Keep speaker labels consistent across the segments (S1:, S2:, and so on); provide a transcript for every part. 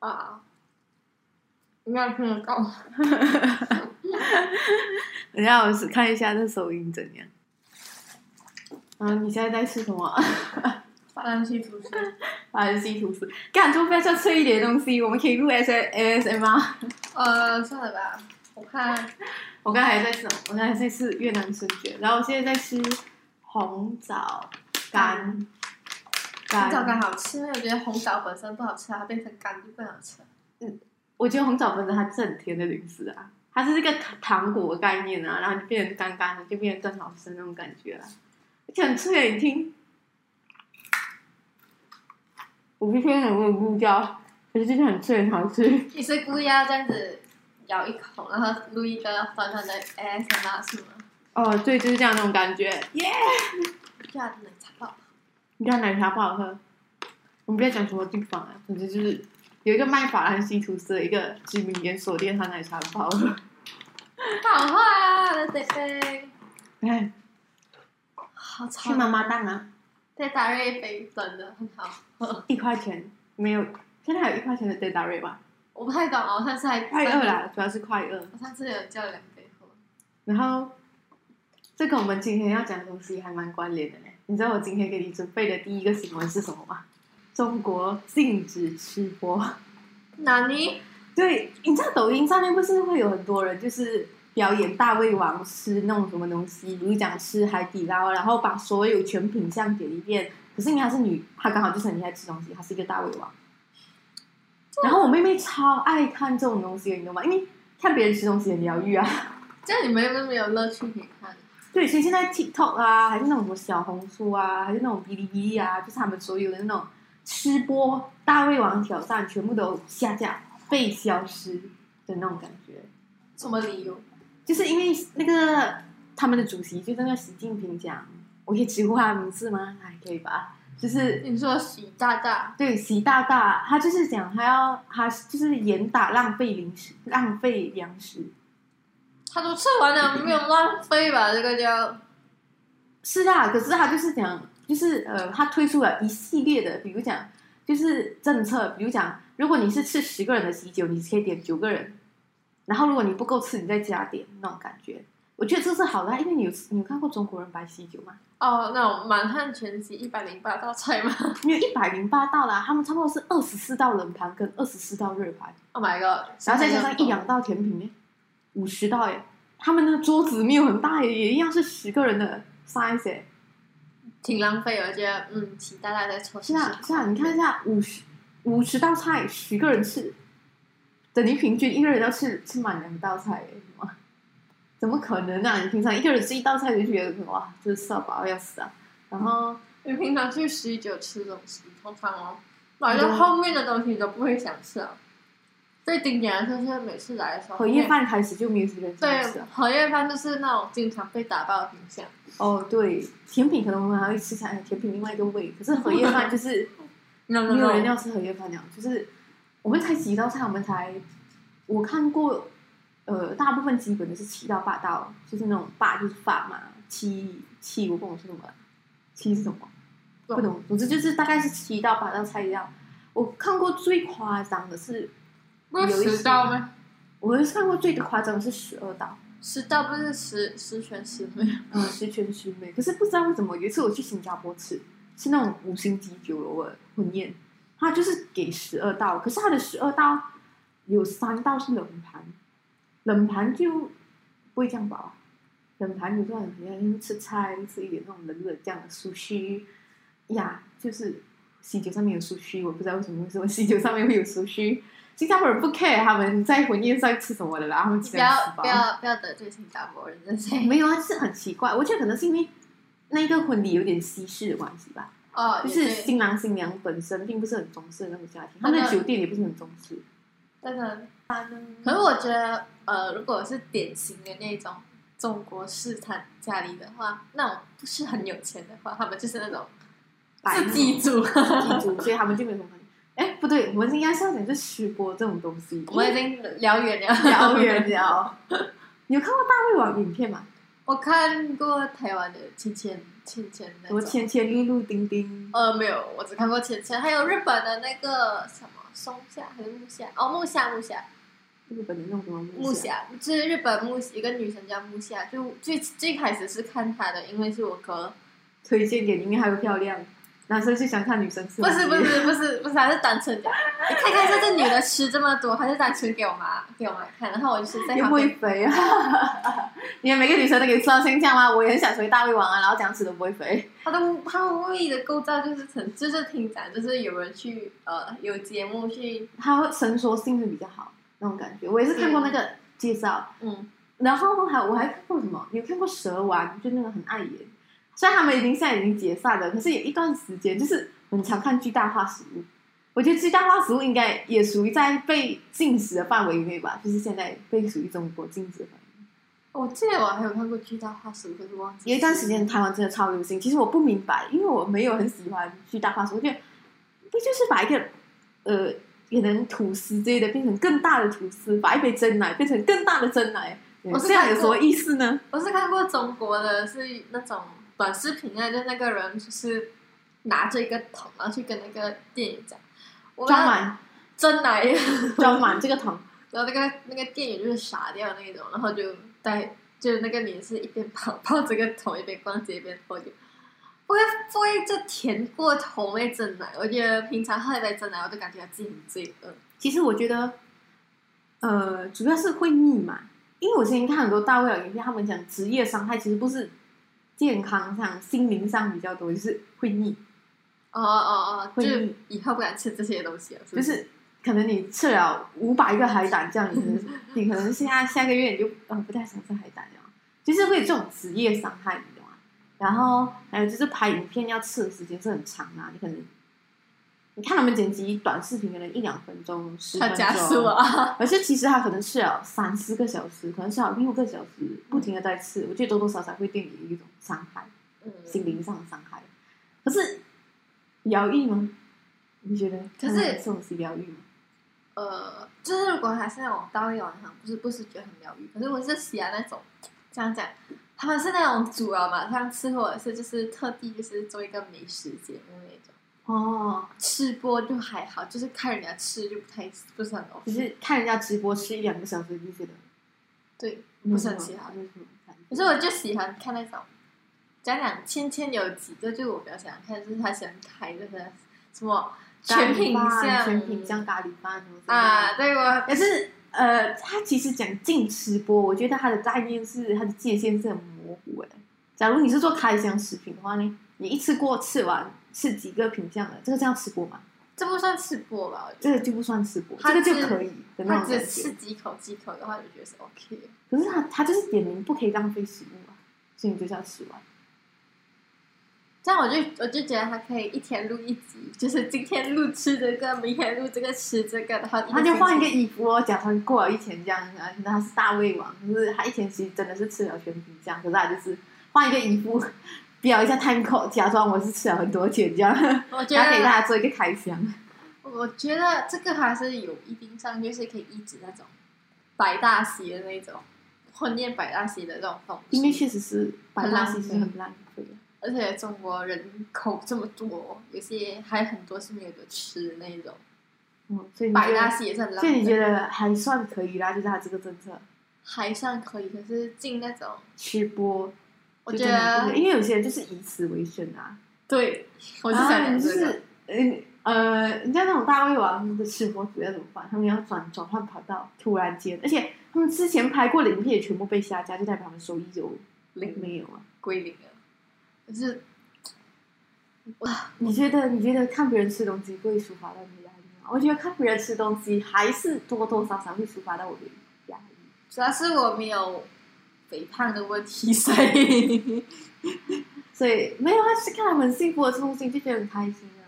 S1: 啊，应该听得到。
S2: 等一下我看一下这收音怎样。啊，你现在在吃什么 啊？
S1: 法兰西厨师，
S2: 还是西吐司？干，就不要再吃一点东西，我们可以录 S S M 啊。
S1: 呃，算了吧，我看
S2: 我刚才在吃什么，我刚才在吃越南春卷，然后我现在在吃红枣干
S1: 红枣
S2: 干。
S1: 干好吃，我觉得红枣本身不好吃，它变成干就更好吃。
S2: 我觉得红枣本身它是很甜的零食啊，它是这个糖果的概念啊，然后就变成干干的，就变得更好吃那种感觉了、而且很脆，欸你听。我不确定有没有鹿角，可是就是很脆，很好吃。
S1: 你是故意要这样子咬一口，然后录一个短短的 ASMR 是吗？
S2: 哦，对，就是这样那种感觉。耶、
S1: 这样奶茶泡，
S2: 你看奶茶不好喝，我们不要讲什么地方啊，总之就是有一个卖法兰西吐司的一个知名连锁店，它奶茶不好喝。
S1: 好坏啊，那得杯，
S2: 哎，
S1: 好
S2: 去
S1: 吵。
S2: 妈妈档啊，
S1: 再打热一杯，真的很好。
S2: 一块钱没有，现在还有一块钱的 d a d a r e 吧？
S1: 我不太懂哦，我上次还
S2: 快饿，啦，主要是快饿。
S1: 我上次有叫两杯喝。
S2: 然后，这跟我们今天要讲的东西还蛮关联的呢。你知道我今天给你准备的第一个新闻是什么吗？中国禁止吃播。
S1: 哪里？
S2: 对，你知道抖音上面不是会有很多人就是表演大胃王吃那种什么东西，比如讲吃海底捞，然后把所有全品相点一遍。可是因为她是女，她刚好就是很厉害吃东西，她是一个大胃王。然后我妹妹超爱看这种东西的，你懂吗？因为看别人吃东西很疗愈啊。
S1: 这样你们又没有乐趣可以看。
S2: 对，所以现在 TikTok 啊，还是那种什么小红书啊，还是那种哔哩哔哩啊，就是他们所有的那种吃播大胃王挑战，全部都下架、被消失的那种感觉。
S1: 什么理由？
S2: 就是因为那个他们的主席，就是那个习近平讲，我可以直呼他的名字吗？还可以吧。就是
S1: 你说习大大
S2: 对习大大，他就是讲他要他就是严打浪费零食、浪费粮食，
S1: 他都吃完了，没有浪费吧？这个叫
S2: 是啊，可是他就是讲，就是呃，他推出了一系列的，比如讲，就是政策，比如讲，如果你是吃十个人的喜酒，你可以点九个人，然后如果你不够吃，你再加点那种感觉。我觉得这是好的啊，因为你有你有看过中国人摆喜酒吗？
S1: 哦，那种满汉全席一百零八道菜吗
S2: 因为一百零八道啦，他们差不多是二十四道冷盘跟二十四道热盘，
S1: ？Oh my god！
S2: 然后再加上一两道甜品呢，五十道耶。他们的桌子没有很大耶，也一样是十个人的 size 耶。
S1: 挺浪费，我觉得嗯，习大大在抽
S2: 是啊，是啊，你看一下五十五十道菜，十个人吃，等于平均一个人要吃吃满两道菜耶，什么？怎么可能啊？你平常一个人吃一道菜就觉得哇，就是吃到饱要死啊。然后
S1: 你平常去十一九吃东西，通常
S2: 嗯
S1: 哦，买到后面的东西你都不会想吃啊。最经典的就是每次来的时候，
S2: 荷叶饭啊开始就没有什么人想吃
S1: 对
S2: 了。
S1: 荷叶饭就是那种经常被打爆的品相。
S2: 哦，对，甜品可能我们还会吃下来，甜品另外一个味，可是荷叶饭就是
S1: No
S2: 没有人要吃荷叶饭了。就是我们才几道菜，我们才我看过，呃，大部分基本的是七到八道，就是那种八就是饭嘛，七七我不懂是什么，七是什么，
S1: 不
S2: 不懂，总之就是大概是七到八道菜一样。我看过最夸张的是，
S1: 不是
S2: 有一
S1: 十
S2: 些
S1: 道吗？
S2: 我是看过最夸张的是十二道。
S1: 十道不是十十全十美吗？
S2: 嗯，十全十美。可是不知道为什么，有一次我去新加坡吃，吃那种五星级酒楼的婚宴，他就是给十二道，可是他的十二道有三道是冷盘，冷盘就不会这样饱啊。冷盘有时候很便宜，吃菜吃一点那种冷冷这样的苏须呀，就是喜酒上面有苏须，我不知道为什么为什么喜酒上面会有苏须。新加坡人不 care 他们在婚宴上吃什么的啦，他们只
S1: 不
S2: 想吃
S1: 要
S2: 饱
S1: 不。要不要得罪新加坡人，真是。
S2: 没有啊，就是很奇怪。我觉得可能是因为那个婚礼有点西式的关系吧，
S1: 哦，
S2: 就
S1: 也
S2: 是
S1: 对
S2: 新郎新娘本身并不是很中式的那种家庭，他
S1: 那个
S2: 们的酒店也不是很中式。
S1: 真的。可是我觉得，呃，如果我是典型的那种中国式他家里的话，那种不是很有钱的话，他们就是那种
S2: 白
S1: 自己煮。
S2: 记住，所以他们就没有什么。哎，不对，我们应该是要讲就是吃播这种东西。
S1: 我们已经聊远了，
S2: 遥远了。你有看过大胃王影片吗？
S1: 我看过台湾的芊芊芊芊那
S2: 什么
S1: 种，
S2: 千千露露、丁丁，
S1: 呃，没有，我只看过芊芊，还有日本的那个什么松下还是木下？哦，木下木下
S2: 日本的那种什么啊
S1: 木下，就是日本木一个女生叫木下，就最最开始是看她的，因为是我哥，
S2: 推荐给你，因为她又漂亮，男生就想看女生吃
S1: 不
S2: 东西。
S1: 是不是不是不是，她是单纯的，你看看这这女的吃这么多，她是单纯给我妈给我妈看，然后我就是在
S2: 也
S1: 旁
S2: 不
S1: 边
S2: 会 肥啊！ 你们每个女生都给吃到性向吗？我也很想成为大胃王啊，然后这样吃都不会肥。
S1: 他的他们胃的构造就是成，就是听讲，就是有人去呃有节目去，
S2: 它会伸缩性会比较好，那种感觉。我也是看过那个介绍，
S1: 嗯，
S2: 然后还我还看过什么？你有看过蛇丸？就那个很碍眼。虽然他们已经现在已经解散了，可是有一段时间就是很常看巨大化食物。我觉得巨大化食物应该也属于在被禁止的范围内吧，就是现在被属于中国禁止的范围。
S1: 我记哦得我还有看过巨大化石，可是忘记
S2: 有一段时间台湾真的超流行，其实我不明白，因为我没有很喜欢去大化食，我觉得不就是把一个呃可能吐司之类的变成更大的吐司，把一杯真奶变成更大的真奶，嗯
S1: 我是
S2: 这样
S1: 看
S2: 有什么意思呢？
S1: 我是看过中国的是那种短视频啊，就是那个人就是拿着一个桶，然后去跟那个店员讲，我
S2: 装
S1: 要
S2: 满
S1: 真奶，
S2: 装满这个桶，
S1: 然后那个那个店员就是傻掉那种，然后就带就是那个女的是一边跑抱着个桶一边逛街一边喝酒，不会不会就甜过头那真奶，我觉得平常喝一杯真奶我都感觉自己很罪恶。
S2: 其实我觉得呃主要是会腻嘛，因为我之前看很多大胃王影片，他们讲职业伤害其实不是健康上、心灵上比较多，就是会腻。
S1: 哦哦哦，就
S2: 会
S1: 是以后不敢吃这些东西了，是不？
S2: 就是是可能你吃了五百个海胆这样，你可能你可能下下个月你就呃不太想吃海胆了，就是会有这种职业伤害，你懂吗？然后还有就是拍影片要吃的时间是很长啊，你可能你看他们剪辑短视频，可能一两分钟、十分
S1: 他
S2: 钟，
S1: 加速啊！
S2: 而且其实他可能吃了三四个小时，可能吃了六个小时，不停的在吃，我觉得多多少少会对你有一种伤害，
S1: 嗯，
S2: 心灵上的伤害。可是疗愈吗？你觉得？
S1: 可是
S2: 这种是疗愈吗？
S1: 呃，就是如果还是那种大胃王哈，不是不是觉得很疗愈，可是我是喜欢那种这样讲，他们是那种主要马上吃，或者是就是特地就是做一个美食节目那种，
S2: 哦，
S1: 吃播就还好，就是看人家吃就不太不是很 o
S2: 只是看人家直播吃一两个小时就觉得嗯
S1: 对，
S2: 没有
S1: 不是很
S2: 什么
S1: 喜欢
S2: 没有什么感觉
S1: 可是我就喜欢看那种，讲讲芊芊有几个，就我比较喜欢看，就是他喜欢开那个什么全品
S2: 咖
S1: 相
S2: 喱饭全品像咖喱饭哦
S1: 啊，，对我
S2: 可是呃，他其实讲进吃播，我觉得他的概念是他的界限是很模糊哎。假如你是做开箱食品的话呢，你一次过吃完吃几个品相了，这个叫吃播嘛？
S1: 这不算吃播吧？我觉
S2: 这个就不算吃播，
S1: 他
S2: 这个就
S1: 只
S2: 可以的
S1: 得
S2: 那
S1: 他
S2: 种感
S1: 只吃
S2: 觉。
S1: 几口几口的话，我就觉得是 OK 的。
S2: 可是他他就是点名不可以浪费食物啊，所以你就叫吃完。
S1: 这样我就我就觉得他可以一天录一集，就是今天录吃这个，明天录这个吃这个，然后
S2: 他就换一
S1: 个
S2: 个衣服哦，假装过了一天这样，然后他是大胃王，可是他一天其实真的是吃了全皮这样，可是他就是换一个衣服，标一下 time code，假装我是吃了很多钱这样，
S1: 星期，我觉
S2: 然后给
S1: 得
S2: 大家做一个开箱。
S1: 我觉得这个还是有一定上，就是可以抑制那种百大喜的那种婚宴百大喜的这种风
S2: 因为
S1: 气，
S2: 确实是百
S1: 很
S2: 大
S1: 浪
S2: 其实
S1: 费
S2: 很浪费的，
S1: 而且中国人口这么多，有些还很多是没有得吃的那种，
S2: 嗯，所以你
S1: 百
S2: 觉
S1: 大
S2: 得，
S1: 喜也是很浪
S2: 所以你
S1: 费，
S2: 觉得还算可以啦，就是他这个政策
S1: 还算可以，可是进那种。
S2: 吃播，
S1: 我
S2: 就
S1: 觉
S2: 真的不
S1: 得
S2: 可以因为有些人就是以此为生啊，
S1: 对，我
S2: 我
S1: 是想讲
S2: 啊就
S1: 这个。
S2: 是嗯呃，人家那种大胃王的吃播主要怎么办？他们要转转换跑道，突然间，而且他们之前拍过的影片也全部被下架，就代表他们收益就
S1: 零
S2: 没有啊。
S1: 归零了，就是
S2: 你觉得你觉得看别人吃东西会抒发到你的压力吗？我觉得看别人吃东西还是多多少少会抒发到我的压力。
S1: 主要是我没有肥胖的问题，所以
S2: 所以没有啊，就是看他们幸福的东西就觉得很开心啊。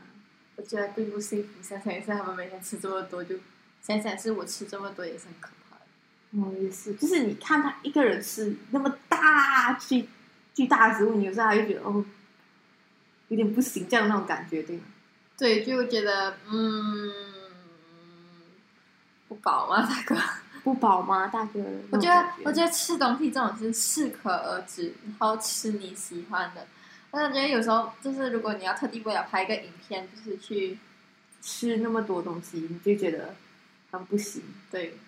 S1: 我觉得并不幸福。想想也是，他们每天吃这么多，就想想是我吃这么多也是很可怕的。
S2: 嗯，也是，就是你看他一个人吃那么大巨巨大的食物，你有时候还会觉得哦，有点不行，这样那种感觉，对吗？
S1: 对，就觉得嗯不饱啊，大哥。
S2: 不饱吗，大哥？
S1: 我觉
S2: 那
S1: 得
S2: 种感
S1: 我觉得吃东西这种是适可而止，然后吃你喜欢的。但我觉得有时候就是如果你要特地为了拍一个影片，就是去
S2: 吃那么多东西，你就觉得很不行。
S1: 对，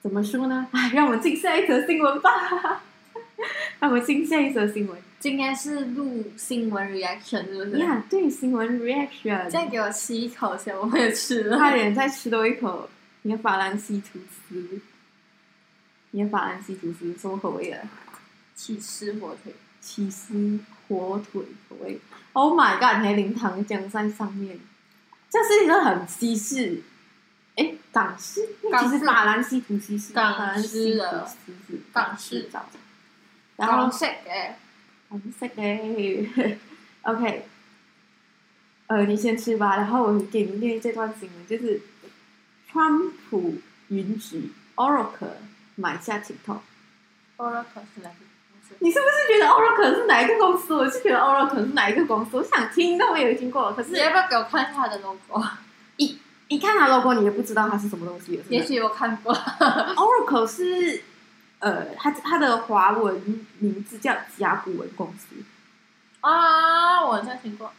S2: 怎么说呢？ 哎，让我们进下一则新闻吧。 让我们进下一则新闻。
S1: 今天是录新闻 reaction 是不是？
S2: 呀、对新闻 reaction，
S1: 再给我吸一口先，我也吃 了。
S2: 快点再吃多一口你的法兰西吐司。你的法兰西吐司什么口味的？
S1: 起司火腿，
S2: 起司火腿口味。Oh my god！你还淋糖浆在上面，这是一个很西式，哎，港式。因为
S1: 港
S2: 其实
S1: 式
S2: 法兰西吐司是
S1: 港
S2: 法兰西
S1: 式的
S2: 吐司是
S1: 港式
S2: 早餐，然后
S1: 黄色嘅，
S2: 红色的。OK，呃，你先吃吧，然后我给你念这段新闻，就是川普允许 Oracle 买下 TikTok。
S1: 菠萝可是来自
S2: 你是不是觉得 Oracle 是哪一个公司？我是觉得 Oracle 是哪一个公司，我想听都没有听过。可是
S1: 你要不要给我看一下它的 logo？
S2: 一看它 logo，你也不知道它是什么东西了。是吗
S1: 也许我看过，
S2: Oracle 是呃，它它的华文名字叫甲骨文公司。
S1: 啊，我好像听过。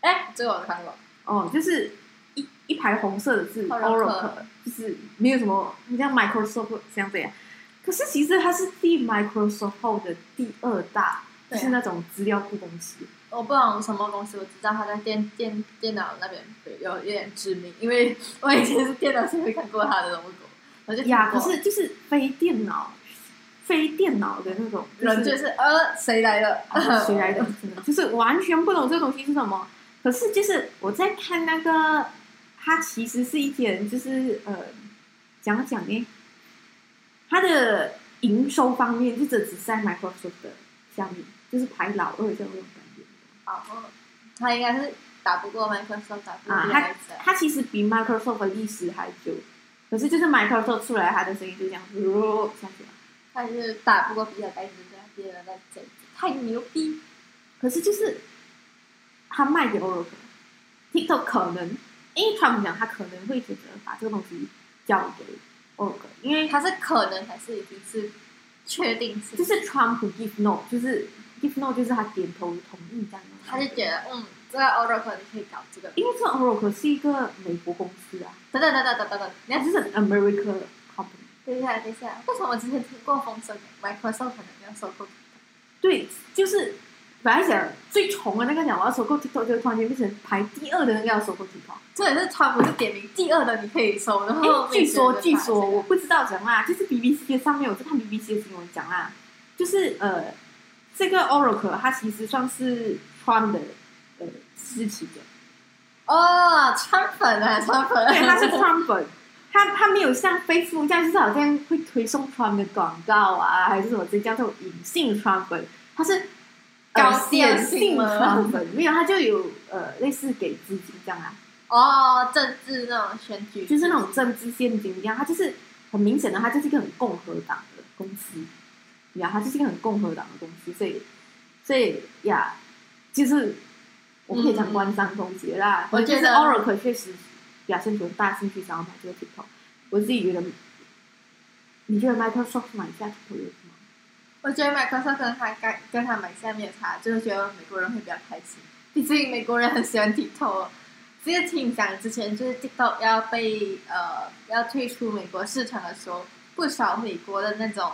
S1: 哎，这个我看过。
S2: 哦，就是一一排红色的字
S1: Oracle
S2: Oracle，就是没有什么，你像 Microsoft 这样这样。可是其实它是继 Microsoft 后的第二大，就
S1: 对啊
S2: 是那种资料库公司。
S1: 我不懂什么公司，我只知道他在电电电脑那边有有点知名，因为我以前是电脑协会看过他的 logo，我 就听
S2: 呀，可
S1: 过
S2: 是就是非电脑，非电脑的那种，
S1: 人就是呃谁来的
S2: 啊，谁来的？真的就是完全不懂这东西是什么。可是就是我在看那个，它其实是一点就是呃，讲讲呢，它的营收方面就只只在 Microsoft 的下面，就是排老二这种感觉。
S1: 好，他应该是打不过 Microsoft，打不过
S2: 啊
S1: Microsoft
S2: 它其实比 Microsoft 的历史还久，可是就是 Microsoft 出来，它的声音就这样子呜下去了。
S1: 但是打不过比尔盖茨，比尔盖茨太牛逼。
S2: 可是就是他卖给 Oracle，TikTok 可能，因为他们讲他可能会觉得把这个东西交给 Oracle，因为
S1: 他是可能还是已经是确定性，
S2: 就是 Trump give no，就是 give no 就是他点头同意这样的。
S1: 他就觉得嗯，这个 Oracle 你可以搞这个。
S2: 因为这 Oracle 是一个美国公司啊，
S1: 等等等等等等等，你要
S2: 它就是 America company。
S1: 等一下等一下，为什么我之前听过风声，Microsoft 可能要收购？
S2: 对，就是本来想最穷的那个讲我要收购 TikTok，就突然间变成排第二的那个要收购 TikTok。
S1: 这也是川普是点名第二的，你可以收。然后
S2: 哎，据
S1: 美国
S2: 说
S1: 人
S2: 据
S1: 就发现
S2: 说我不知道讲啦，就是 BBC 上面我在看 BBC 的新闻讲啦，就是呃，这个 Oracle 它其实算是 Trump 的呃支持者，
S1: 哦，川粉啊，川粉，
S2: 对，他是 Trump 粉，他他没有像 Facebook 这样，就是好像会推送 Trump 的广告啊，还是什么，这叫做隐性 Trump 粉，他是。呃
S1: 搞
S2: 显
S1: 电
S2: 性
S1: 信吗
S2: Trump 粉没有，他就有呃类似给资金这样啊，
S1: 哦，政治那种选举，
S2: 就是那种政治现金一样，它就是很明显的，它就是一个很共和党的公司，呀，它就是一个很共和党的公司，所以所以呀，就是我们可以讲官商勾结啦。
S1: 嗯我觉得
S2: 就是 Oracle 确实表现出很大兴趣想要买这个 TikTok，我自己觉得，你觉得 Microsoft 买下 TikTok 有什么？
S1: 我觉得 Microsoft 跟他跟跟他买下面有差，就是觉得美国人会比较开心，毕竟美国人很喜欢 TikTok 哦。这个听讲之前，就是 TikTok 要被呃要退出美国市场的时候，不少美国的那种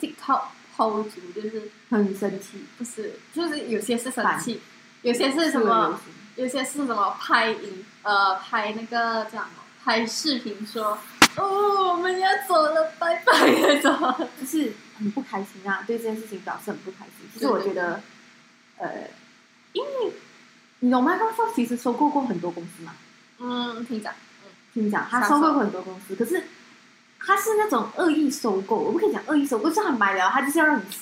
S1: TikTok 后族就是
S2: 很生气，
S1: 不是就是有些是生
S2: 反
S1: 气，有些是什
S2: 自我
S1: 么，
S2: 流行
S1: 有些是什么拍影呃拍那个叫什么拍视频说哦我们要走了拜拜那种，
S2: 就是很不开心啊，对这件事情表示很不开心。其实我觉得，呃，因为你懂 Microsoft 其实收购过很多公司嘛，
S1: 嗯听讲嗯
S2: 听你讲，他
S1: 上
S2: 收购
S1: 手
S2: 过很多公司，可是他是那种恶意收购，我不可以讲恶意收购，就是他买了，他就是要让你死，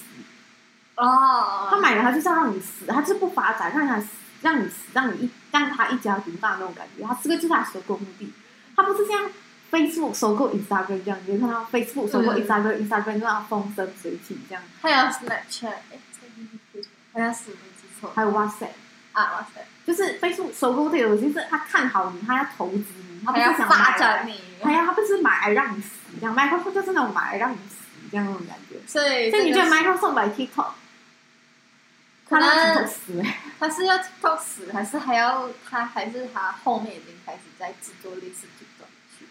S1: 哦
S2: 他买了他就是要让你死，他就是不发展，让他死，让你死，让你一让他一家独大那种感觉，他这个就是他收购目的，他不是像 Facebook 收购 Instagram 这样，你就看到 Facebook 收购
S1: 嗯
S2: Instagram，Instagram 就让它风生水起这样，
S1: 还有 Snapchat，哎，这个是不错好像是没记错
S2: 还有 WhatsApp。
S1: 啊，哇塞，
S2: 就是 Facebook 收购这个东西，就是他看好你，他要投资你，他不
S1: 还
S2: 是
S1: 要
S2: 想
S1: 发
S2: 买
S1: 展
S2: 来，
S1: 你，
S2: 哎呀，他不是买来让你死，这样 Microsoft 就是那种买来让你死这样那种感觉。
S1: 所以
S2: 所以你
S1: 这
S2: 觉
S1: 个
S2: 得
S1: 是
S2: Microsoft 买 TikTok，
S1: 可
S2: 他让
S1: 能
S2: TikTok 痛死欸！
S1: 他是要 TikTok 死，还是还要他还是他后面已经开始在制作类似 TikTok 去，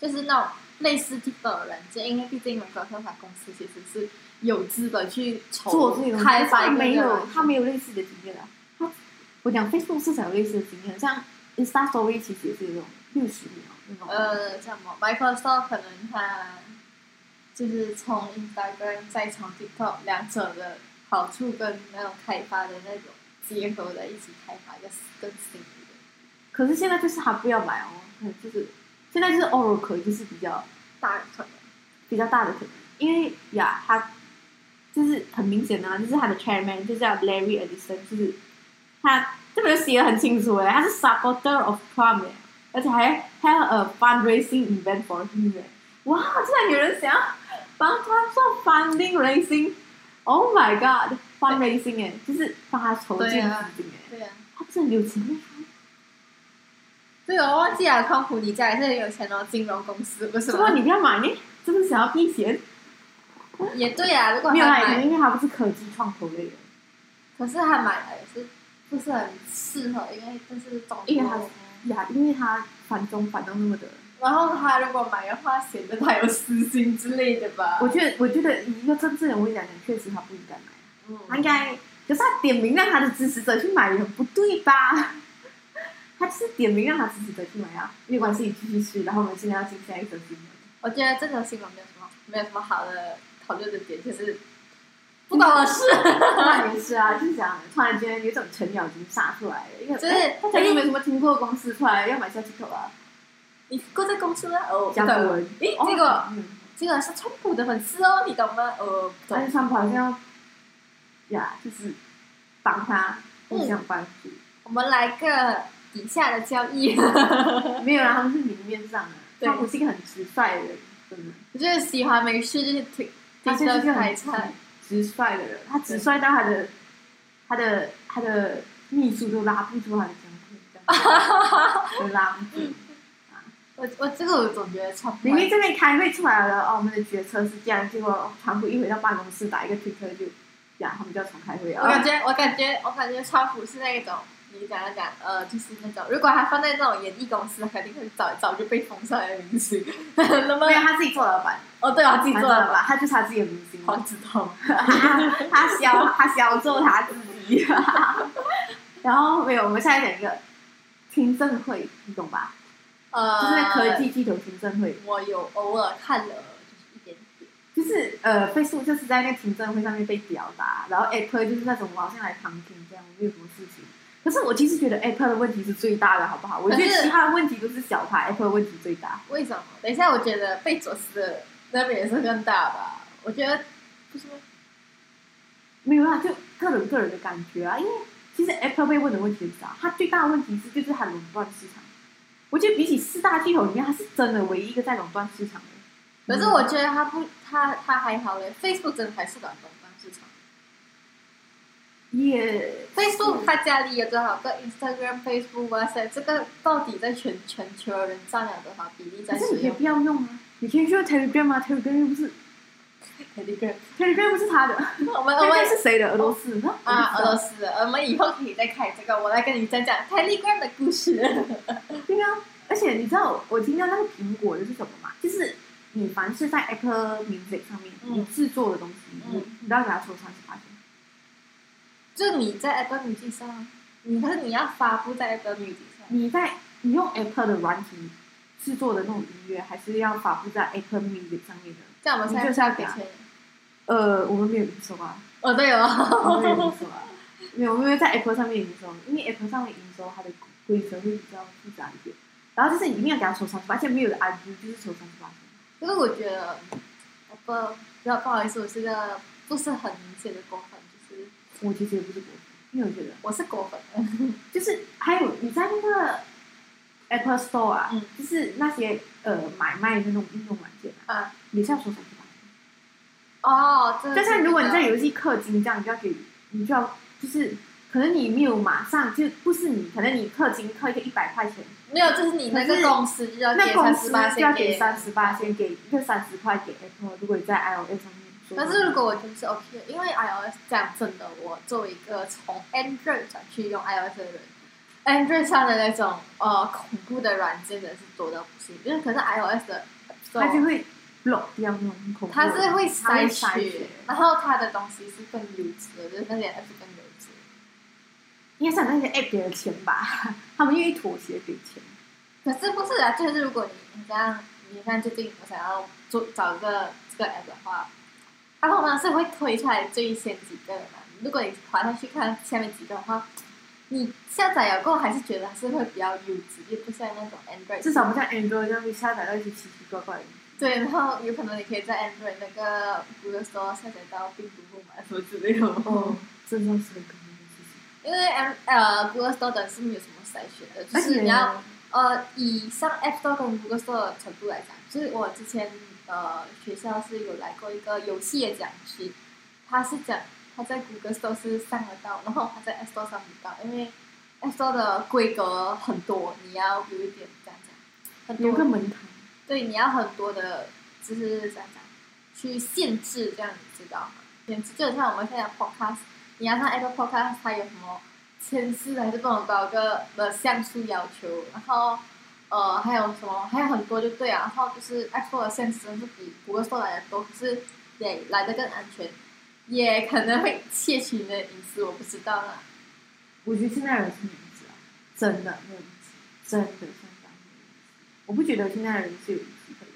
S1: 就是那种类似 TikTok 的软件，因为毕竟美国科法公司其实是有资本去
S2: 做
S1: 筹
S2: 这种，
S1: 开发
S2: 他
S1: 一个
S2: 没有
S1: 软件
S2: 他没有类似的经验啊。他我讲 Facebook 至少有类似的经验，像 Insta Story 其实也是有这种六十秒那种。
S1: 呃，叫什么 Microsoft 可能它就是从 Instagram 再从 TikTok 两者的好处跟那种开发的那种结合在一起开发一个更新的
S2: 可是现在就是他不要买哦，嗯就是现在就是 Oracle 就是比较
S1: 大可能。
S2: 比较大的可能，因为呀，他就是很明显啊，就是他的 chairman 就叫 Larry Ellison，就是他这边写的很清楚诶，他是 supporter of Trump，诶而且还 held a fundraising event for him，诶哇，竟然有人想要帮他做 funding raising，Oh my god，fundraising 诶，就是帮他筹建资
S1: 对
S2: 金
S1: 啊
S2: 诶，
S1: 对呀、
S2: 他真的有钱吗？
S1: 对，啊我忘记了，康普尼家也是很有钱哦，金融公司不是
S2: 怎
S1: 吗
S2: 么？你不要买呢？真的想要避嫌？
S1: 也对啊，如果他
S2: 没有啦，
S1: 买，
S2: 因为他不是科技创投类的。
S1: 可是他买了也是不是很适合，因为这是中国。
S2: 因为他呀，因为他反中反到那么的，
S1: 然后他如果买的话，显得他有私心之类的吧。
S2: 我觉得我觉得以一个政治人物来讲，确实他不应该买，
S1: 嗯
S2: 他应该可是他点名让他的支持者去买，也很不对吧？ 他就是点名让他支持者去买啊，没有关系，你继续吃。然后我们现在要进下一则新闻，
S1: 我觉得这条新闻没有什么没有什么好的讨论的点，就是不关我的事，
S2: 那也是啊，就是讲突然间有一种程咬金杀出来了，一个
S1: 就是
S2: 哎大家有没有什么听过公司出来要买下这个啊？
S1: 你过在公司啊，哦，不
S2: 姜
S1: 懂
S2: 文，
S1: 诶，
S2: 哦
S1: 这个
S2: 嗯，
S1: 这个是川普的粉丝哦，你懂吗？呃，不
S2: 但
S1: 懂
S2: 是。川普好像要呀，就是帮他互相帮助。
S1: 我们来个底下的交易，
S2: 没有啦，啊他们是明面上的。
S1: 对
S2: 他不是一个很直率的人，真的。
S1: 我就是喜欢没事就是挺
S2: 他
S1: 挺
S2: 啊就是
S1: 着
S2: 一个
S1: 开
S2: 很
S1: 叉。
S2: 直率的人，他直率到他的他的他的秘书都拉不住他的江 湖，都拉不住。
S1: 我我这个我总觉得川普
S2: 明明这边开会出来了，哦，我们的决策是这样，结果川普一回到办公室打一个推特就，呀，他们就要重开会
S1: 我感
S2: 啊。
S1: 觉，我感觉，我感觉川普是那一种，你讲一讲，呃，就是那种，如果他放在那种演艺公司，肯定会早早就被封上来的明星。 那么
S2: 没，有，他自己做老板，
S1: 哦，对啊，自己
S2: 他
S1: 做
S2: 做
S1: 了
S2: 老板，
S1: 吧？
S2: 他就是他自己的明星，
S1: 黄子韬，
S2: 他他销他销售他自己。 然后没有，我们现在讲一个听证会，你懂吧？
S1: 呃，
S2: 就是科技，巨头听证会，
S1: 我有偶尔看了，就是一点点。
S2: 就是呃，Facebook 就是在那个听证会上面被屌打，然后 Apple 就是那种我好像来旁听这样，没有什么事情。可是我其实觉得 Apple 的问题是最大的，好不好？我觉得
S1: 可是
S2: 其他的问题都是小牌，Apple 的问题最大。
S1: 为什么？等一下，我觉得贝佐斯的那边也是更大吧？我觉得不是吗，
S2: 没有啦，就个人个人的感觉啊，因为其实 Apple 被问的问题很啊少，它最大的问题是就是它垄断市场。我觉得比起四大巨头里面，它是真的唯一一个在垄断市场的。
S1: 可是我觉得他不，他他还好嘞。Facebook 真的还是搞垄断市场。
S2: 也嗯
S1: Facebook 他家里有多少个 Instagram、Facebook、WhatsApp？这个到底在全全球的人占了多少比例
S2: 可
S1: 在
S2: 是
S1: 使
S2: 你可以
S1: 用
S2: 不要用啊，你可以用 Telegram 啊，Telegram 又不是
S1: Telegram？
S2: Telegram 不是他的
S1: 我呃们我
S2: ，Telegram
S1: 们
S2: 是谁的？俄罗斯啊
S1: 啊，俄罗斯，我们以后可以再开这个，我来跟你讲讲 Telegram 的故事。
S2: 斯。对啊，而且你知道我我听到那个苹果的是什么吗？就是你凡是在 Apple Music 上面
S1: 嗯
S2: 你制作的东西，你
S1: 嗯
S2: 你都要给他抽三十八千。
S1: 就你在 Apple Music 上，你可是你要发布在 Apple Music 上，
S2: 你在你用 Apple 的软体制作的那种音乐，还是要发布在 Apple Music 上面的？
S1: 这样我们现在
S2: 你就是要给
S1: 给
S2: 啊
S1: 钱。
S2: 呃，我们没有营收 啊，
S1: 哦， 对
S2: 我们没有
S1: 哦，
S2: 营收啊，没有，我们没有在 Apple 上面营收，因为 Apple 上面营收它的规则会比较复杂一点。然后就是你一定要给他抽三十八，而且没有的 IG 就是抽三十八。
S1: 可是我觉得 Apple，不要不好意思，我是个不是很明显的果粉，就是
S2: 我其实也不是国服，因为我觉得
S1: 我是果粉。
S2: 就是还有你在那个 Apple Store 啊，
S1: 嗯
S2: 就是那些呃买卖的那种应用软件啊，
S1: 啊，
S2: 也是要抽三十八。
S1: 哦，这
S2: 就像如果你
S1: 这
S2: 在游戏氪金这样，你就要给，你就要就是，可能你没有马上就不是你，可能你氪金氪一个一百块钱，
S1: 没有，就是你那
S2: 可是
S1: 个公司就要
S2: 那
S1: 给
S2: 公
S1: 三
S2: 司
S1: 十八，
S2: 就要给三十八，先给一个三十块给 Apple，如果你在 iOS 上面，所以
S1: 但是如果我觉得是 OK 的，因为 iOS 讲真的，我作为一个从 Android 转去用 iOS 的人，Android 上的那种呃恐怖的软件真的是多到不行，就是可是 iOS 的，
S2: 它就会 block 掉那种恐怖的，
S1: 它是会
S2: 它
S1: 筛
S2: 会
S1: 选，
S2: 筛选
S1: 然后它的东西是更优质的，就是那些 app 更优质。
S2: 应该是那些 app 给的钱吧，他们愿意妥协给钱。
S1: 可是不是啊？就是如果你你这样，你看最近我想要做找一个这个 app 的话，它通常是会推出来最先几个的嘛。如果你滑下去看下面几个的话，你下载有够还是觉得是会比较优质，又不像那种 Android。
S2: 至少不像 Android 这样会下载到一些奇奇怪怪的。
S1: 对，然后有可能你可以在 Android 那个 Google Store 下载到病毒木马什么之类的。
S2: 哦，这算是很可能的事情。
S1: 因为 M 呃 Google Store 的是没有什么筛选的，就
S2: 而
S1: 是
S2: 且
S1: 你要呃，以上 App Store 跟 Google Store 的程度来讲，就是我之前呃学校是有来过一个游戏的讲师，他是讲他在 Google Store 是上得到，然后他在 App Store 上不到，因为 App Store 的规格很多，你要有一点这样讲，很
S2: 有个
S1: 多
S2: 门槛，
S1: 对，你要很多的，就是这样讲，去限制这样，你知道吗？限制就很像我们现在的 Podcast，你要上 Apple Podcast，它有什么千字还是不能高个的像素要求，然后呃还有什么还有很多就对啊，然后就是 Apple 的限制真是比 Google Store 来的多，可是也来的更安全，也可能会窃取你的隐私，我不知道啦。
S2: 我觉得现在人是没有意思啊，真的没有意思，真的相当没有意思。我不觉得现在人是有意思的，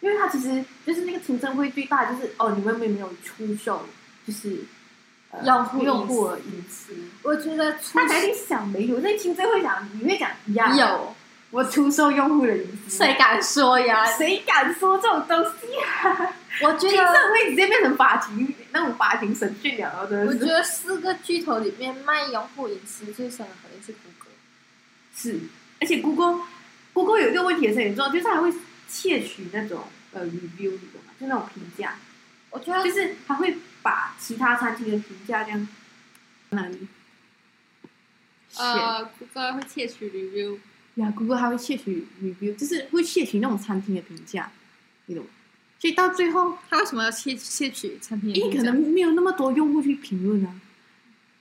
S2: 因为他其实就是那个图证会最大的就是哦，你们有没有出售就是、呃、
S1: 用户
S2: 用户的
S1: 隐私
S2: 隐私？
S1: 我觉得出
S2: 大 家一定想没有，那听证会讲，你会讲呀，
S1: 有，
S2: 我出售用户的隐私，
S1: 谁敢说呀？
S2: 谁敢说这种东西啊？
S1: 我觉
S2: 听
S1: 得。
S2: 证会直接变成法庭那种法庭审讯了，真
S1: 我
S2: 的
S1: 觉
S2: 是
S1: 得四个巨头里面卖用户隐私最深的肯定是谷歌。
S2: 是，而且 Google Google 有一个问题也是很严重，就是它还会窃取那种呃 review 你懂吗？就那种评价，
S1: 我觉得
S2: 就是它会把其他餐厅的评价这样哪里？
S1: 呃，谷歌会窃取 review。
S2: 呀，Google 它会窃取 review，就是会窃取那种餐厅的评价，你懂吗？所以到最后，
S1: 他为什么要窃窃取产品
S2: 因为可能没有那么多用户去评论啊。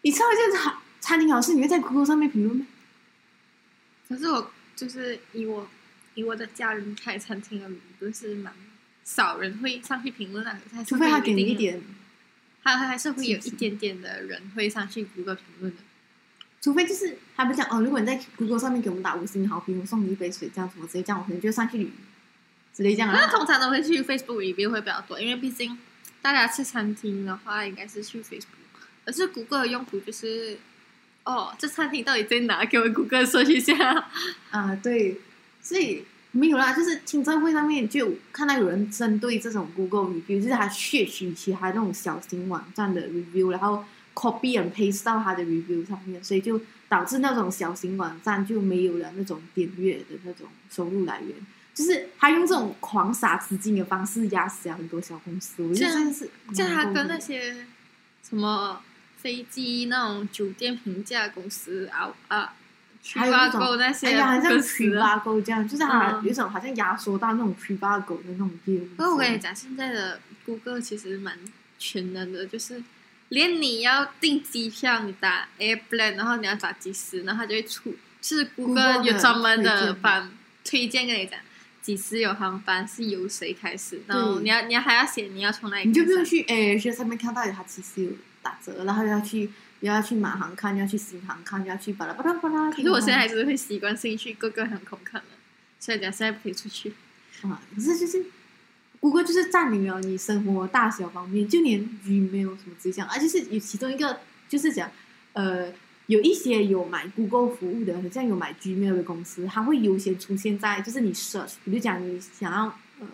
S2: 你知道一件餐餐厅好吃，你会在 Google 上面评论吗？
S1: 可是我就是以我以我的家人开餐厅的理论是蛮少人会上去评论的，还是
S2: 除
S1: 会
S2: 非他
S1: 有
S2: 给你
S1: 定
S2: 一
S1: 的，
S2: 点，
S1: 他还是会有
S2: 是
S1: 一
S2: 不是
S1: 点点的人会上去谷歌评论的。
S2: 除非就是他不讲哦，如果你在 Google 上面给我们打五星好评，我送你一杯水，这样什么之类，这样我可能就上去旅之类这样
S1: 那
S2: 啊。
S1: 通常都会去 Facebook review 会比较多，因为毕竟大家吃餐厅的话，应该是去 Facebook，而是谷歌的用途就是，哦，这餐厅到底在哪？给我谷歌搜一下。
S2: 啊，对，所以没有啦，就是听证会上面就有看到有人针对这种 Google review，就是他窃取其他那种小型网站的 review，然后 copy and paste 到他的 review 上面，所以就导致那种小型网站就没有了那种点阅的那种收入来源。就是他用这种狂撒资金的方式压死了很多小公司，我觉得
S1: 这
S2: 真的是
S1: 这样它
S2: 蛮
S1: 跟
S2: 公平的
S1: 那些什么飞机那种酒店评价公司啊啊，去
S2: 还有
S1: 挖
S2: 那种
S1: 沟那些
S2: 哎呀，好像
S1: 公司啊
S2: t r。i b 这样，就是它
S1: 嗯
S2: 有一种好像压缩到那种 t r i b 的那种业务。
S1: 不过我跟你，讲，现在的谷歌其实蛮全能的，就是连你要订机票，你打 airplane，然后你要找机师，然后它就会出，就是谷
S2: Google
S1: 歌
S2: 的
S1: 有专门
S2: 推
S1: 的
S2: 荐
S1: 版推荐跟你讲。几时有航班是由谁开始？然后
S2: 对
S1: 你要你还要写你要从哪里开始？
S2: 你就不用去 AirAsia 上面看到底它其实有打折，然后要去又要去马航看，又要去新航看，又要去巴拉巴拉巴拉。
S1: 可是我现在还是会习惯性去各个航空看的，所以讲现在不可以出去。
S2: 啊，可是就是。谷歌就是占领了你生活大小方面，就连 Gmail 什么之类这样，而、啊、且是有其中一个就是讲，呃，有一些有买 Google 服务的，很像有买 Gmail 的公司，它会优先出现在就是你 search，比如讲你想要呃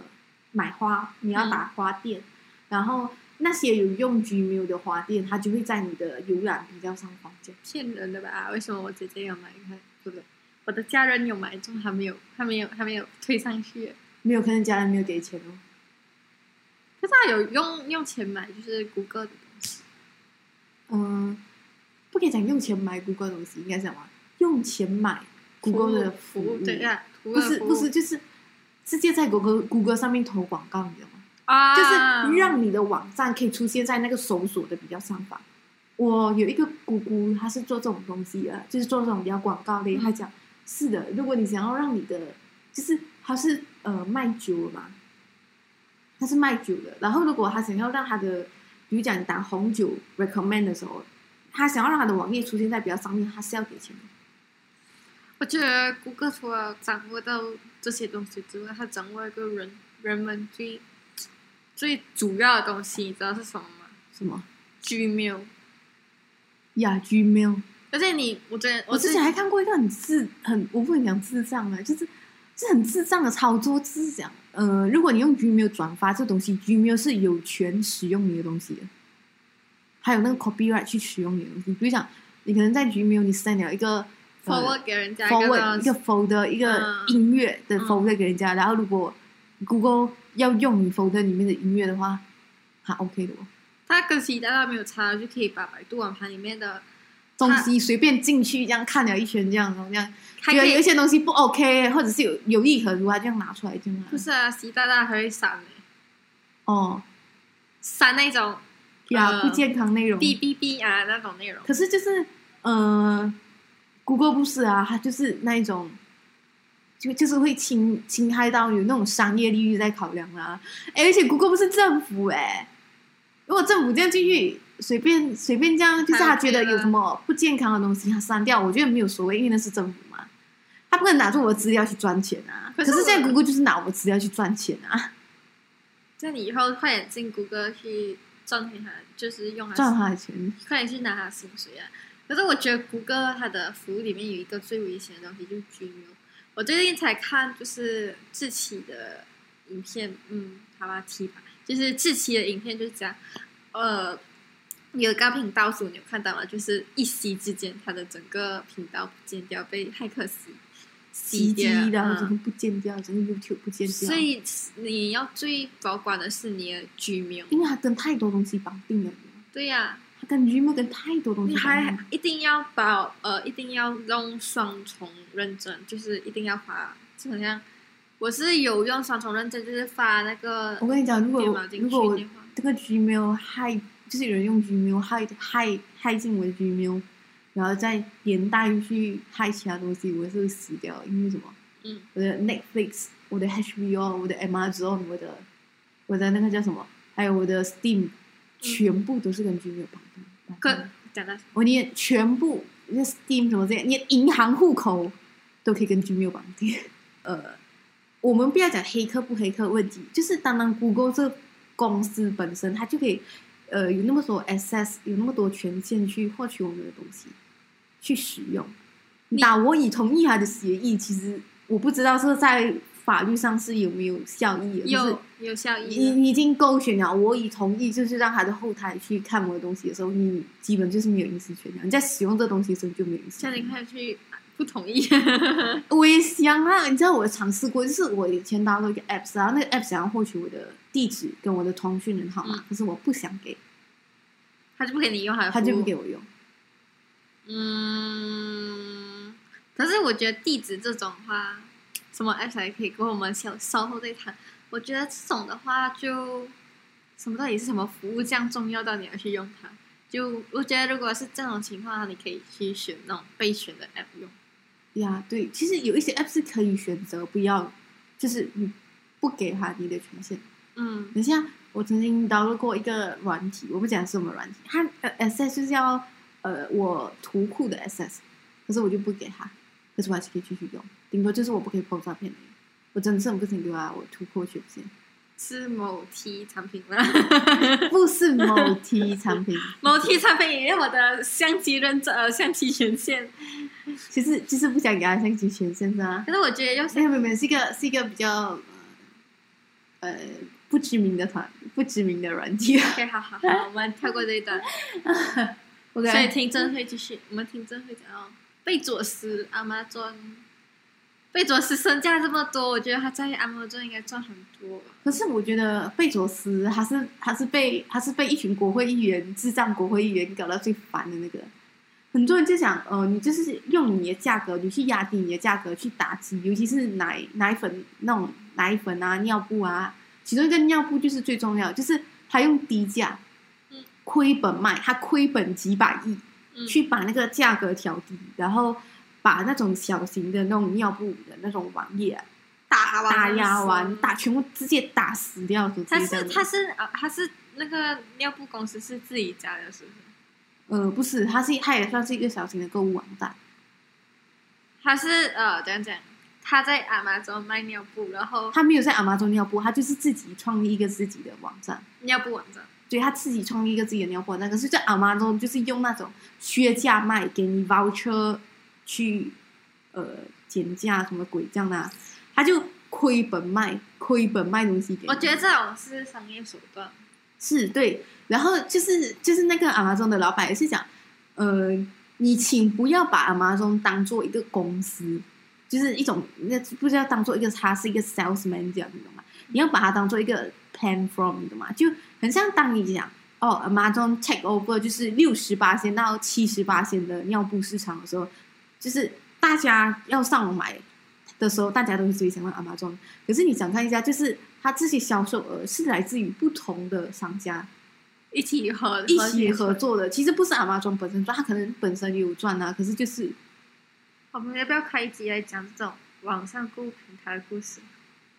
S2: 买花，你要打花店，然后那些有用 Gmail 的花店，它就会在你的浏览比较上方这样。
S1: 骗人的吧？为什么我姐姐有买？看对不对？我的家人有买，中还没有，还没有，还没有推上去。
S2: 没有，可能家人没有给钱哦。
S1: 可是他有用用钱买，就是谷歌的东西。
S2: 嗯，不可以讲用钱买 Google 的东西，应该是讲嘛，用钱买 Google 的
S1: 服
S2: 务，嗯
S1: 对啊，谷
S2: 不
S1: 歌的
S2: 是
S1: 服务
S2: 不是，就是直接在 Google Google 上面投广告，你知道吗？
S1: 啊，
S2: 就是让你的网站可以出现在那个搜索的比较上方。我有一个姑姑，她是做这种东西的，就是做这种比较广告类。她讲是的，如果你想要让你的，就是她是呃卖酒的嘛，她是卖酒的。然后如果她想要让她的，比如讲你打红酒 recommend 的时候，她想要让她的网页出现在比较上面，她是要给钱的。
S1: 我觉得谷歌除了掌握到这些东西之外，它掌握一个人人们最最主要的东西，你知道是什么吗
S2: 什么
S1: ？Gmail。
S2: 雅居 mail？
S1: 而且你，我真的
S2: 我之
S1: 之
S2: 前
S1: 前
S2: 还看过一个很智很，我不能讲智障啊，就是是很智障的操作，就是讲呃，如果你用 Gmail 转发这东西，Gmail 是有权使用你的东西的，还有那个 copyright 去使用你的东西。比如讲，你可能在 Gmail 你 send 了一个呃
S1: forward 给人家一个
S2: forward
S1: 东
S2: 一
S1: 西
S2: 个 folder 一个
S1: 嗯
S2: 音乐的
S1: 嗯
S2: folder 给人家，然后如果 Google 要用你 folder 里面的音乐的话，还 OK 的哦。
S1: 它跟其他的没有差，就可以把百度网盘里面的，
S2: 东西随便进去这样看了一圈，这样然后哦这样。
S1: 还
S2: 觉
S1: 可
S2: 得有一
S1: 以
S2: 些东西不 OK，或者是有有意何如啊，这样拿出来就拿。
S1: 不是啊，习大大还会删嘞，
S2: 哦，
S1: 删那种
S2: 呀，
S1: 呃
S2: 不健康内容。
S1: 哔哔哔啊那种内容。
S2: 可是就是呃，Google 不是啊，它就是那一种，就就是会侵侵害到有那种商业利益在考量啦、诶而且 Google 不是政府哎、如果政府这样继续随便随便这样，就是他觉得有什么不健康的东西，他删掉，我觉得没有所谓，因为那是政府嘛。他不可能拿着我的资料去赚钱啊！可
S1: 可是
S2: 是现在
S1: 我
S2: Google 就是拿我的资料去赚钱啊！
S1: 那你以后快点进谷歌去赚回它，就是用它
S2: 赚他啊的钱。
S1: 快点去拿他薪水啊！可是我觉得谷歌它的服务里面有一个最危险的东西就是嗯 Gmail。我最近才看就是志奇的影片，嗯，好吧，提吧，就是志奇的影片就是讲，呃，有一个频道数你有看到吗？就是一夕之间，它的整个频道不见掉，被骇客袭
S2: 袭
S1: 袭
S2: 击
S1: 掉，
S2: 然后
S1: 嗯
S2: 整个不见掉，整个 YouTube 不见掉。
S1: 所以你要最保管的是你的 Gmail。
S2: 因为它跟太多东西绑定了，
S1: 对呀、
S2: 它跟 Gmail 跟太多东西
S1: 你
S2: 绑定
S1: 还
S2: 了。
S1: 一定要保呃，一定要用双重认证，就是一定要发，就好像我是有用双重认证，就是发那个
S2: 我跟你讲，如果
S1: 电
S2: 我
S1: 脑进去
S2: 如果我
S1: 电话
S2: 这个 Gmail 害，就是有人用 Gmail 害害害进我的 Gmail，然后再连带去害其他东西，我是会死掉的。因为什么？
S1: 嗯，
S2: 我的 Netflix、我的 HBO、我的 Amazon、我的我的那个叫什么，还有我的 Steam，全部都是跟 Gmail 绑定。
S1: 嗯
S2: 绑定
S1: 可讲到
S2: 我连哦全部那 Steam 什么这些，连银行户口都可以跟 Gmail 绑定。 呃，我们不要讲黑客不黑客问题，就是单单 Google 这公司本身，它就可以呃有那么多 access，有那么多权限去获取我们的东西，去使用。
S1: 你
S2: 打我已同意他的协议，其实我不知道这在法律上是有没有效益的，就是
S1: 有有效
S2: 你
S1: 益的，
S2: 你已经勾选了，我已同意，就是让他的后台去看我的东西的时候，你基本就是没有隐私权了。你在使用这东西的时候你就没有隐私
S1: 像你
S2: 权。
S1: 看去不同意，
S2: 我也想啊，你知道我尝试过，就是我以前搭了一个 app，然后那啊个 app 想要获取我的地址跟我的通讯人号码，
S1: 嗯
S2: 可是我不想给，
S1: 他就不给你用，还
S2: 他就不给
S1: 我。
S2: 我用。
S1: 嗯，可是我觉得地址这种话，什么 app 还可以跟我们稍稍后再谈。我觉得这种的话就，什么到底是什么服务这样重要到你要去用它？就我觉得，如果是这种情况，你可以去选那种备选的 app 用。
S2: 呀，对，其实有一些 app 是可以选择不要，就是你不给他你的权限。
S1: 嗯
S2: 等一下，我曾经 download 过一个软体，我不讲是什么软体，它呃 access 就是要呃我图库的 access，可是我就不给他，可是我还是可以继续用，顶多就是我不可以 po 照片而已。我真的是很不想给他我图库权限，
S1: 是某 T 产品吗？
S2: 不是某 T 产品，
S1: 某 T 产品也有我的相机认证，呃，相机权限。
S2: 其实其实不想给他相机权限的啊。
S1: 可是我觉得用
S2: 没有没有没有，是一个是一个比较呃呃不知名的团不知名的软体。
S1: OK，好好好，我们跳过这一段。
S2: 我
S1: 所以
S2: 感觉
S1: 听证会继续，我们听证会讲到贝佐斯 Amazon，贝佐斯身价这么多，我觉得他在 Amazon 应该赚很多吧。
S2: 可是我觉得贝佐斯他是他是被他是被一群国会议员、智障国会议员搞到最烦的那个。很多人就想，呃，你就是用你的价格，你去压低你的价格去打击，尤其是奶奶粉那种奶粉啊、尿布啊，其中一个尿布就是最重要的，就是他用低价
S1: 嗯，
S2: 亏本卖，他亏本几百亿，
S1: 嗯
S2: 去把那个价格调低，然后把那种小型的那种尿布的那种网页啊
S1: 打完
S2: 打压完，
S1: 死
S2: 打全部直接打死掉，直接
S1: 他
S2: 这
S1: 是
S2: 样子
S1: 他是啊他是那个尿布公司是自己家的，是不是？
S2: 呃不是，他是他也算是一个小型的购物网站，
S1: 他是呃怎样讲？他在阿玛州卖尿布，然后
S2: 他没有在阿妈中尿布，他就是自己创立一个自己的网站。
S1: 尿布网站，
S2: 对他自己创立一个自己的尿布网站，可是在 Amazon 就是用那种削价卖，给你 voucher 去呃减价什么鬼这样的啊、他就亏本卖，亏本卖东西给你。
S1: 我觉得这种是商业手段。
S2: 是对，然后就是就是那个 Amazon 的老板也是讲，呃，你请不要把 Amazon 当做一个公司，就是一种那不是要当做一个它是一个 salesman 这样，你懂吗？你要把它当做一个 platform，你懂吗？就很像当你讲哦，Amazon take over 就是六十八先到七十八先的尿布市场的时候，就是大家要上网买的时候，大家都是直接想到 Amazon。可是你想看一下，就是它这些销售额是来自于不同的商家
S1: 一起合
S2: 一起
S1: 作
S2: 合作的，其实不是 Amazon 本身赚，它可能本身也有赚啊，可是就是
S1: 我们要不要开一集来讲这种网上购物平台的故事？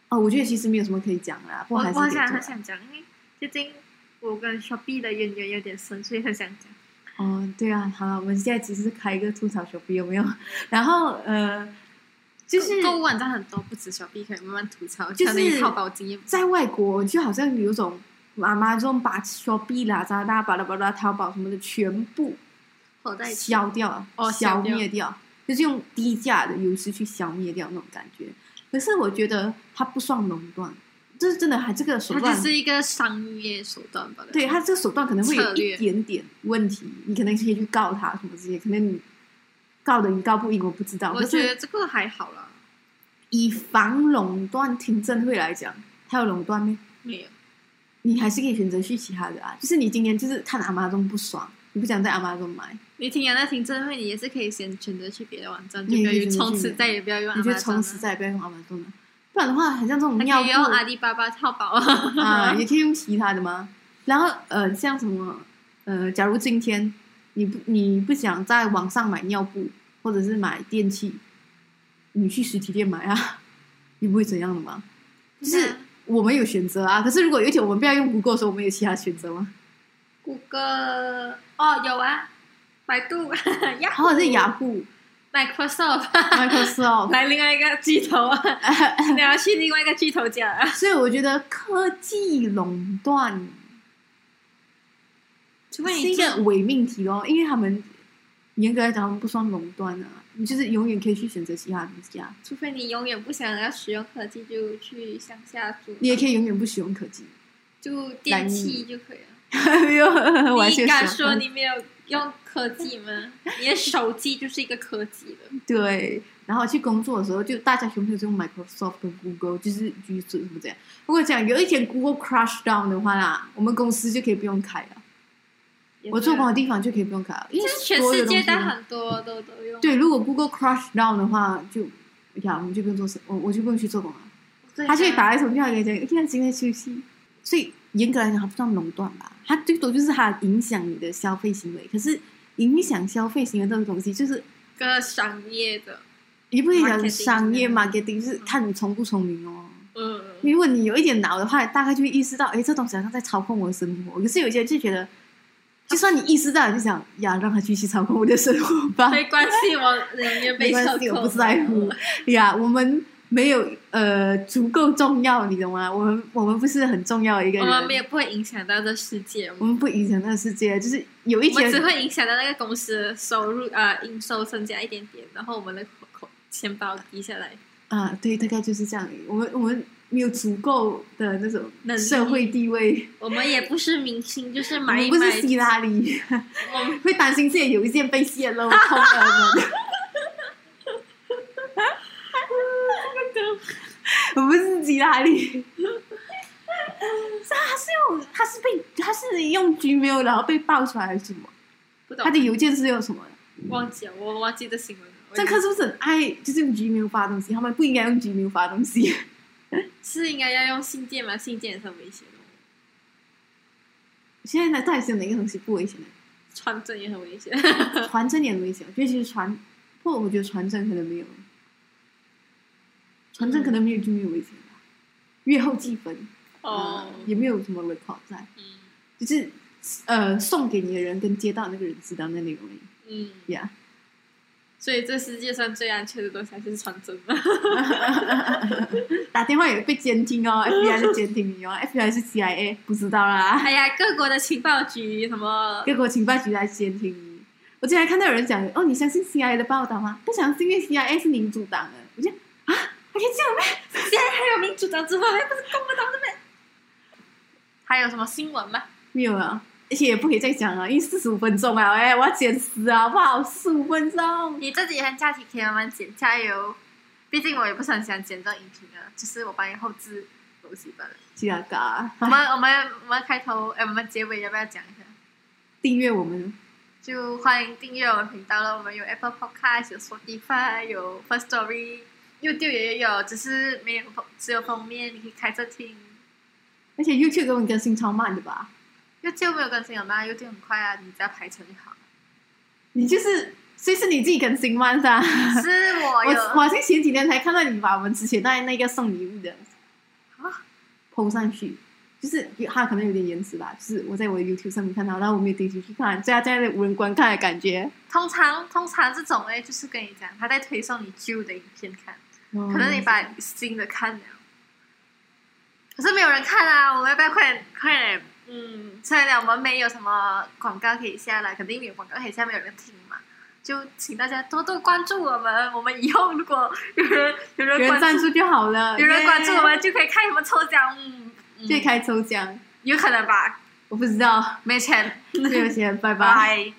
S2: 哦，我觉得其实没有什么可以讲的啦，不
S1: 我
S2: 过还是得
S1: 我想
S2: 做
S1: 很
S2: 啦。
S1: 想讲，因为最近我跟 Shopee 的渊源有点深，所以很想讲。
S2: 哦，对啊，好了，我们现在只是开一个吐槽小 B 有没 有？然后呃，就是
S1: 购物网站很多，不止 Shopee 可以慢慢吐槽，
S2: 就是
S1: 可能有淘宝经验。
S2: 在外国就好像有种妈妈这种把 Shopee 啦、渣打、巴拉巴拉、淘宝什么的全部
S1: 口袋钱
S2: 消掉了，
S1: 哦
S2: 消
S1: 消掉
S2: 灭掉，就是用低价的优势去消灭掉那种感觉。可是我觉得它不算垄断，就是真的，还这个手
S1: 它
S2: 段，
S1: 就是一个商业手段吧？
S2: 对它这个手段可能会
S1: 策
S2: 有
S1: 略
S2: 一点点问题，你可能可以去告他什么这些，可能你告的你告不赢，我不知道。
S1: 我
S2: 可是
S1: 觉得这个还好啦，
S2: 以防垄断听证会来讲，它有垄断吗？
S1: 没有。
S2: 你还是可以选择去其他的啊。就是你今天就是看阿妈中不爽，你不想在阿妈中买，
S1: 你听完那听证会，你也是可以先选择去别的网站，就
S2: 你也
S1: 不
S2: 可以
S1: 要
S2: 选择
S1: 从
S2: 去
S1: 此
S2: 别的
S1: 再也不要用
S2: 你就
S1: Amazon
S2: 从此
S1: 了
S2: 再也不要用阿妈中了。不然的话，很像这种
S1: 还
S2: 尿
S1: 可以用
S2: 布
S1: 阿里巴巴、淘宝
S2: 啊，也可以用其他的吗？然后呃，像什么呃，假如今天你不你不想在网上买尿布或者是买电器，你去实体店买啊， 你不会怎样的吗？就是
S1: 那
S2: 我们有选择啊，可是如果有一天我们不要用 Google 的时候，我们有其他选择吗？
S1: 谷歌哦，有啊，百度， 呀，
S2: 或者是雅虎、
S1: Microsoft，
S2: Microsoft
S1: 来另外一个巨头 啊，你要去另外一个巨头讲啊，
S2: 所以我觉得科技垄断
S1: 除非
S2: 是
S1: 你
S2: 一
S1: 做
S2: 个伪命题哦，因为他们严格来讲，他们不算垄断啊，你就是永远可以去选择其他东西啊，
S1: 除非你永远不想要使用科技，就去向下做，
S2: 你也可以永远不使用科技。
S1: 就电器就可以了。
S2: 没有，我还
S1: 你
S2: 是
S1: 敢
S2: 想
S1: 说你没有用科技吗？ 你的手机就是一个科技了。
S2: 对？然后去工作的时候，就大家全部都是用 Microsoft 跟 Google，就是居住什么这样。如果讲有一天 Google crash down 的话啦，我们公司就可以不用开了，
S1: 也
S2: 我
S1: 对
S2: 做工
S1: 啊
S2: 的地方就可以不用开了，因为
S1: 就是全
S2: 所有
S1: 世
S2: 东
S1: 界
S2: 西都
S1: 但很多都都用。
S2: 对，如果 Google crash down 的话，就呀，我们就不用做事，我我就不用去做工了。
S1: 对啊，
S2: 他就会打来什么电话给你讲，一天今天休息。所以严格来讲，它不算垄断吧，它最多就是它影响你的消费行为。可是影响消费行为这种东西，就是
S1: 个商业的，
S2: 也不可以讲
S1: Marketing
S2: 商业
S1: 之类的
S2: marketing，就是看你聪不聪明哦。
S1: 嗯，
S2: 如果你有一点脑的话，大概就会意识到，哎，这东西好像在操控我的生活。可是有些人就觉得，就算你意识到，你就想呀，让他继续操控我的生活吧。
S1: 没关系，我宁愿被
S2: 没关系，
S1: 操
S2: 我
S1: 控
S2: 不在乎。呀。我们没有呃足够重要，你懂吗？我们我们不是很重要的一个
S1: 我
S2: 人，
S1: 们没有不会影响到这世界，我
S2: 我
S1: 们
S2: 们不影响那个世界。就是有一
S1: 我们
S2: 天
S1: 只，会影响到那个公司的收入啊、呃营收增加一点点，然后我们的口口钱包低下来。
S2: 啊，对，大概就是这样。我们我们没有足够的那种
S1: 能力
S2: 社会地位，
S1: 我们也不是明星，就是
S2: 我
S1: 买
S2: 们
S1: 一
S2: 不
S1: 买
S2: 是。希拉里，
S1: 我们
S2: 会担心自己有一件被泄 露，痛了们。我不是希拉里， 是他是用他是被他是用 Gmail 然后被爆出来还是什么？
S1: 不懂
S2: 他的邮件是用什么的？
S1: 忘记了，我忘记这新闻了。
S2: 政客是不是很爱就是用 Gmail 发东西？他们不应该用 Gmail 发东西。
S1: 是应该要用信件吗？信件也是很危险的哦，
S2: 现在到底是有哪个东西不危险的？
S1: 传真也很危 险。
S2: 传真也很危险，我觉得其实传，不，过我觉得传真可能没有，传真可能没有就没有危险吧。月后记分，
S1: 哦，
S2: 嗯也没有什么 record 在，
S1: 嗯
S2: 就是呃送给你的人跟接到那个人知道那内容而已
S1: 嗯，
S2: 呀。
S1: 所以这世界上最安全的东西还是传真吧。
S2: 打电话也被监听哦，FBI 在监听你哦，FBI 是 CIA 不知道啦。
S1: 哎呀，各国的情报局什 么，
S2: 各国情报局来监听你。我竟然看到有人讲哦，你相信 CIA 的报道吗？不相信，因为 CIA 是民主党的。我就啊，还可以这样咩？
S1: 现在还有民主党之后，还不是共和党的呗？还有什么新闻吗？
S2: 没有啊，而且也不可以再讲啊，因为四十五分钟啊，哎，我要剪死啊，好不好？四十五分钟，
S1: 你这几天假期可以慢慢剪，加油！毕竟我也不是很想剪这种音频啊，就是我帮你后置东西罢了。
S2: 去啊嘎，
S1: 我们我们我们开头，哎，我们结尾要不要讲一下？
S2: 订阅我们，
S1: 就欢迎订阅我们频道了。我们有 Apple Podcast，有 Spotify，有 First Story，YouTube 也有，只是没有封只有封面，你可以开着听。
S2: 而且 YouTube 给我们更新超慢的吧？
S1: YouTube 没有更新了吗？YouTube 很快啊，你只要排程就好。
S2: 你就是，所以是你自己更新慢啊噻。
S1: 是我
S2: 我
S1: 有
S2: 我好像前几天才看到你把我们之前那那个送礼物的
S1: 啊
S2: 抛上去，就是有它可能有点延迟吧，就是我在我的 YouTube 上面看到，然后我没有点进去看，这样这样的无人观看的感觉，
S1: 通常通常这种哎，就是跟你讲，他在推送你旧的影片看，可
S2: 可
S1: 能你把新的看了，可是没有人看啊。我们要不要快点快点？嗯，虽然我们没有什么广告可以下来，肯定没有广告可以下，没有人听嘛。就请大家多多关注我们，我们以后如果有人有
S2: 有
S1: 人
S2: 人
S1: 关
S2: 赞
S1: 注
S2: 助就好了，
S1: 有人关注我们，
S2: 耶，
S1: 就可以看什么抽奖，嗯，嗯
S2: 就可以开抽奖，
S1: 有可能吧，
S2: 我不知道，
S1: 没钱，
S2: 对不起，拜拜。
S1: 拜。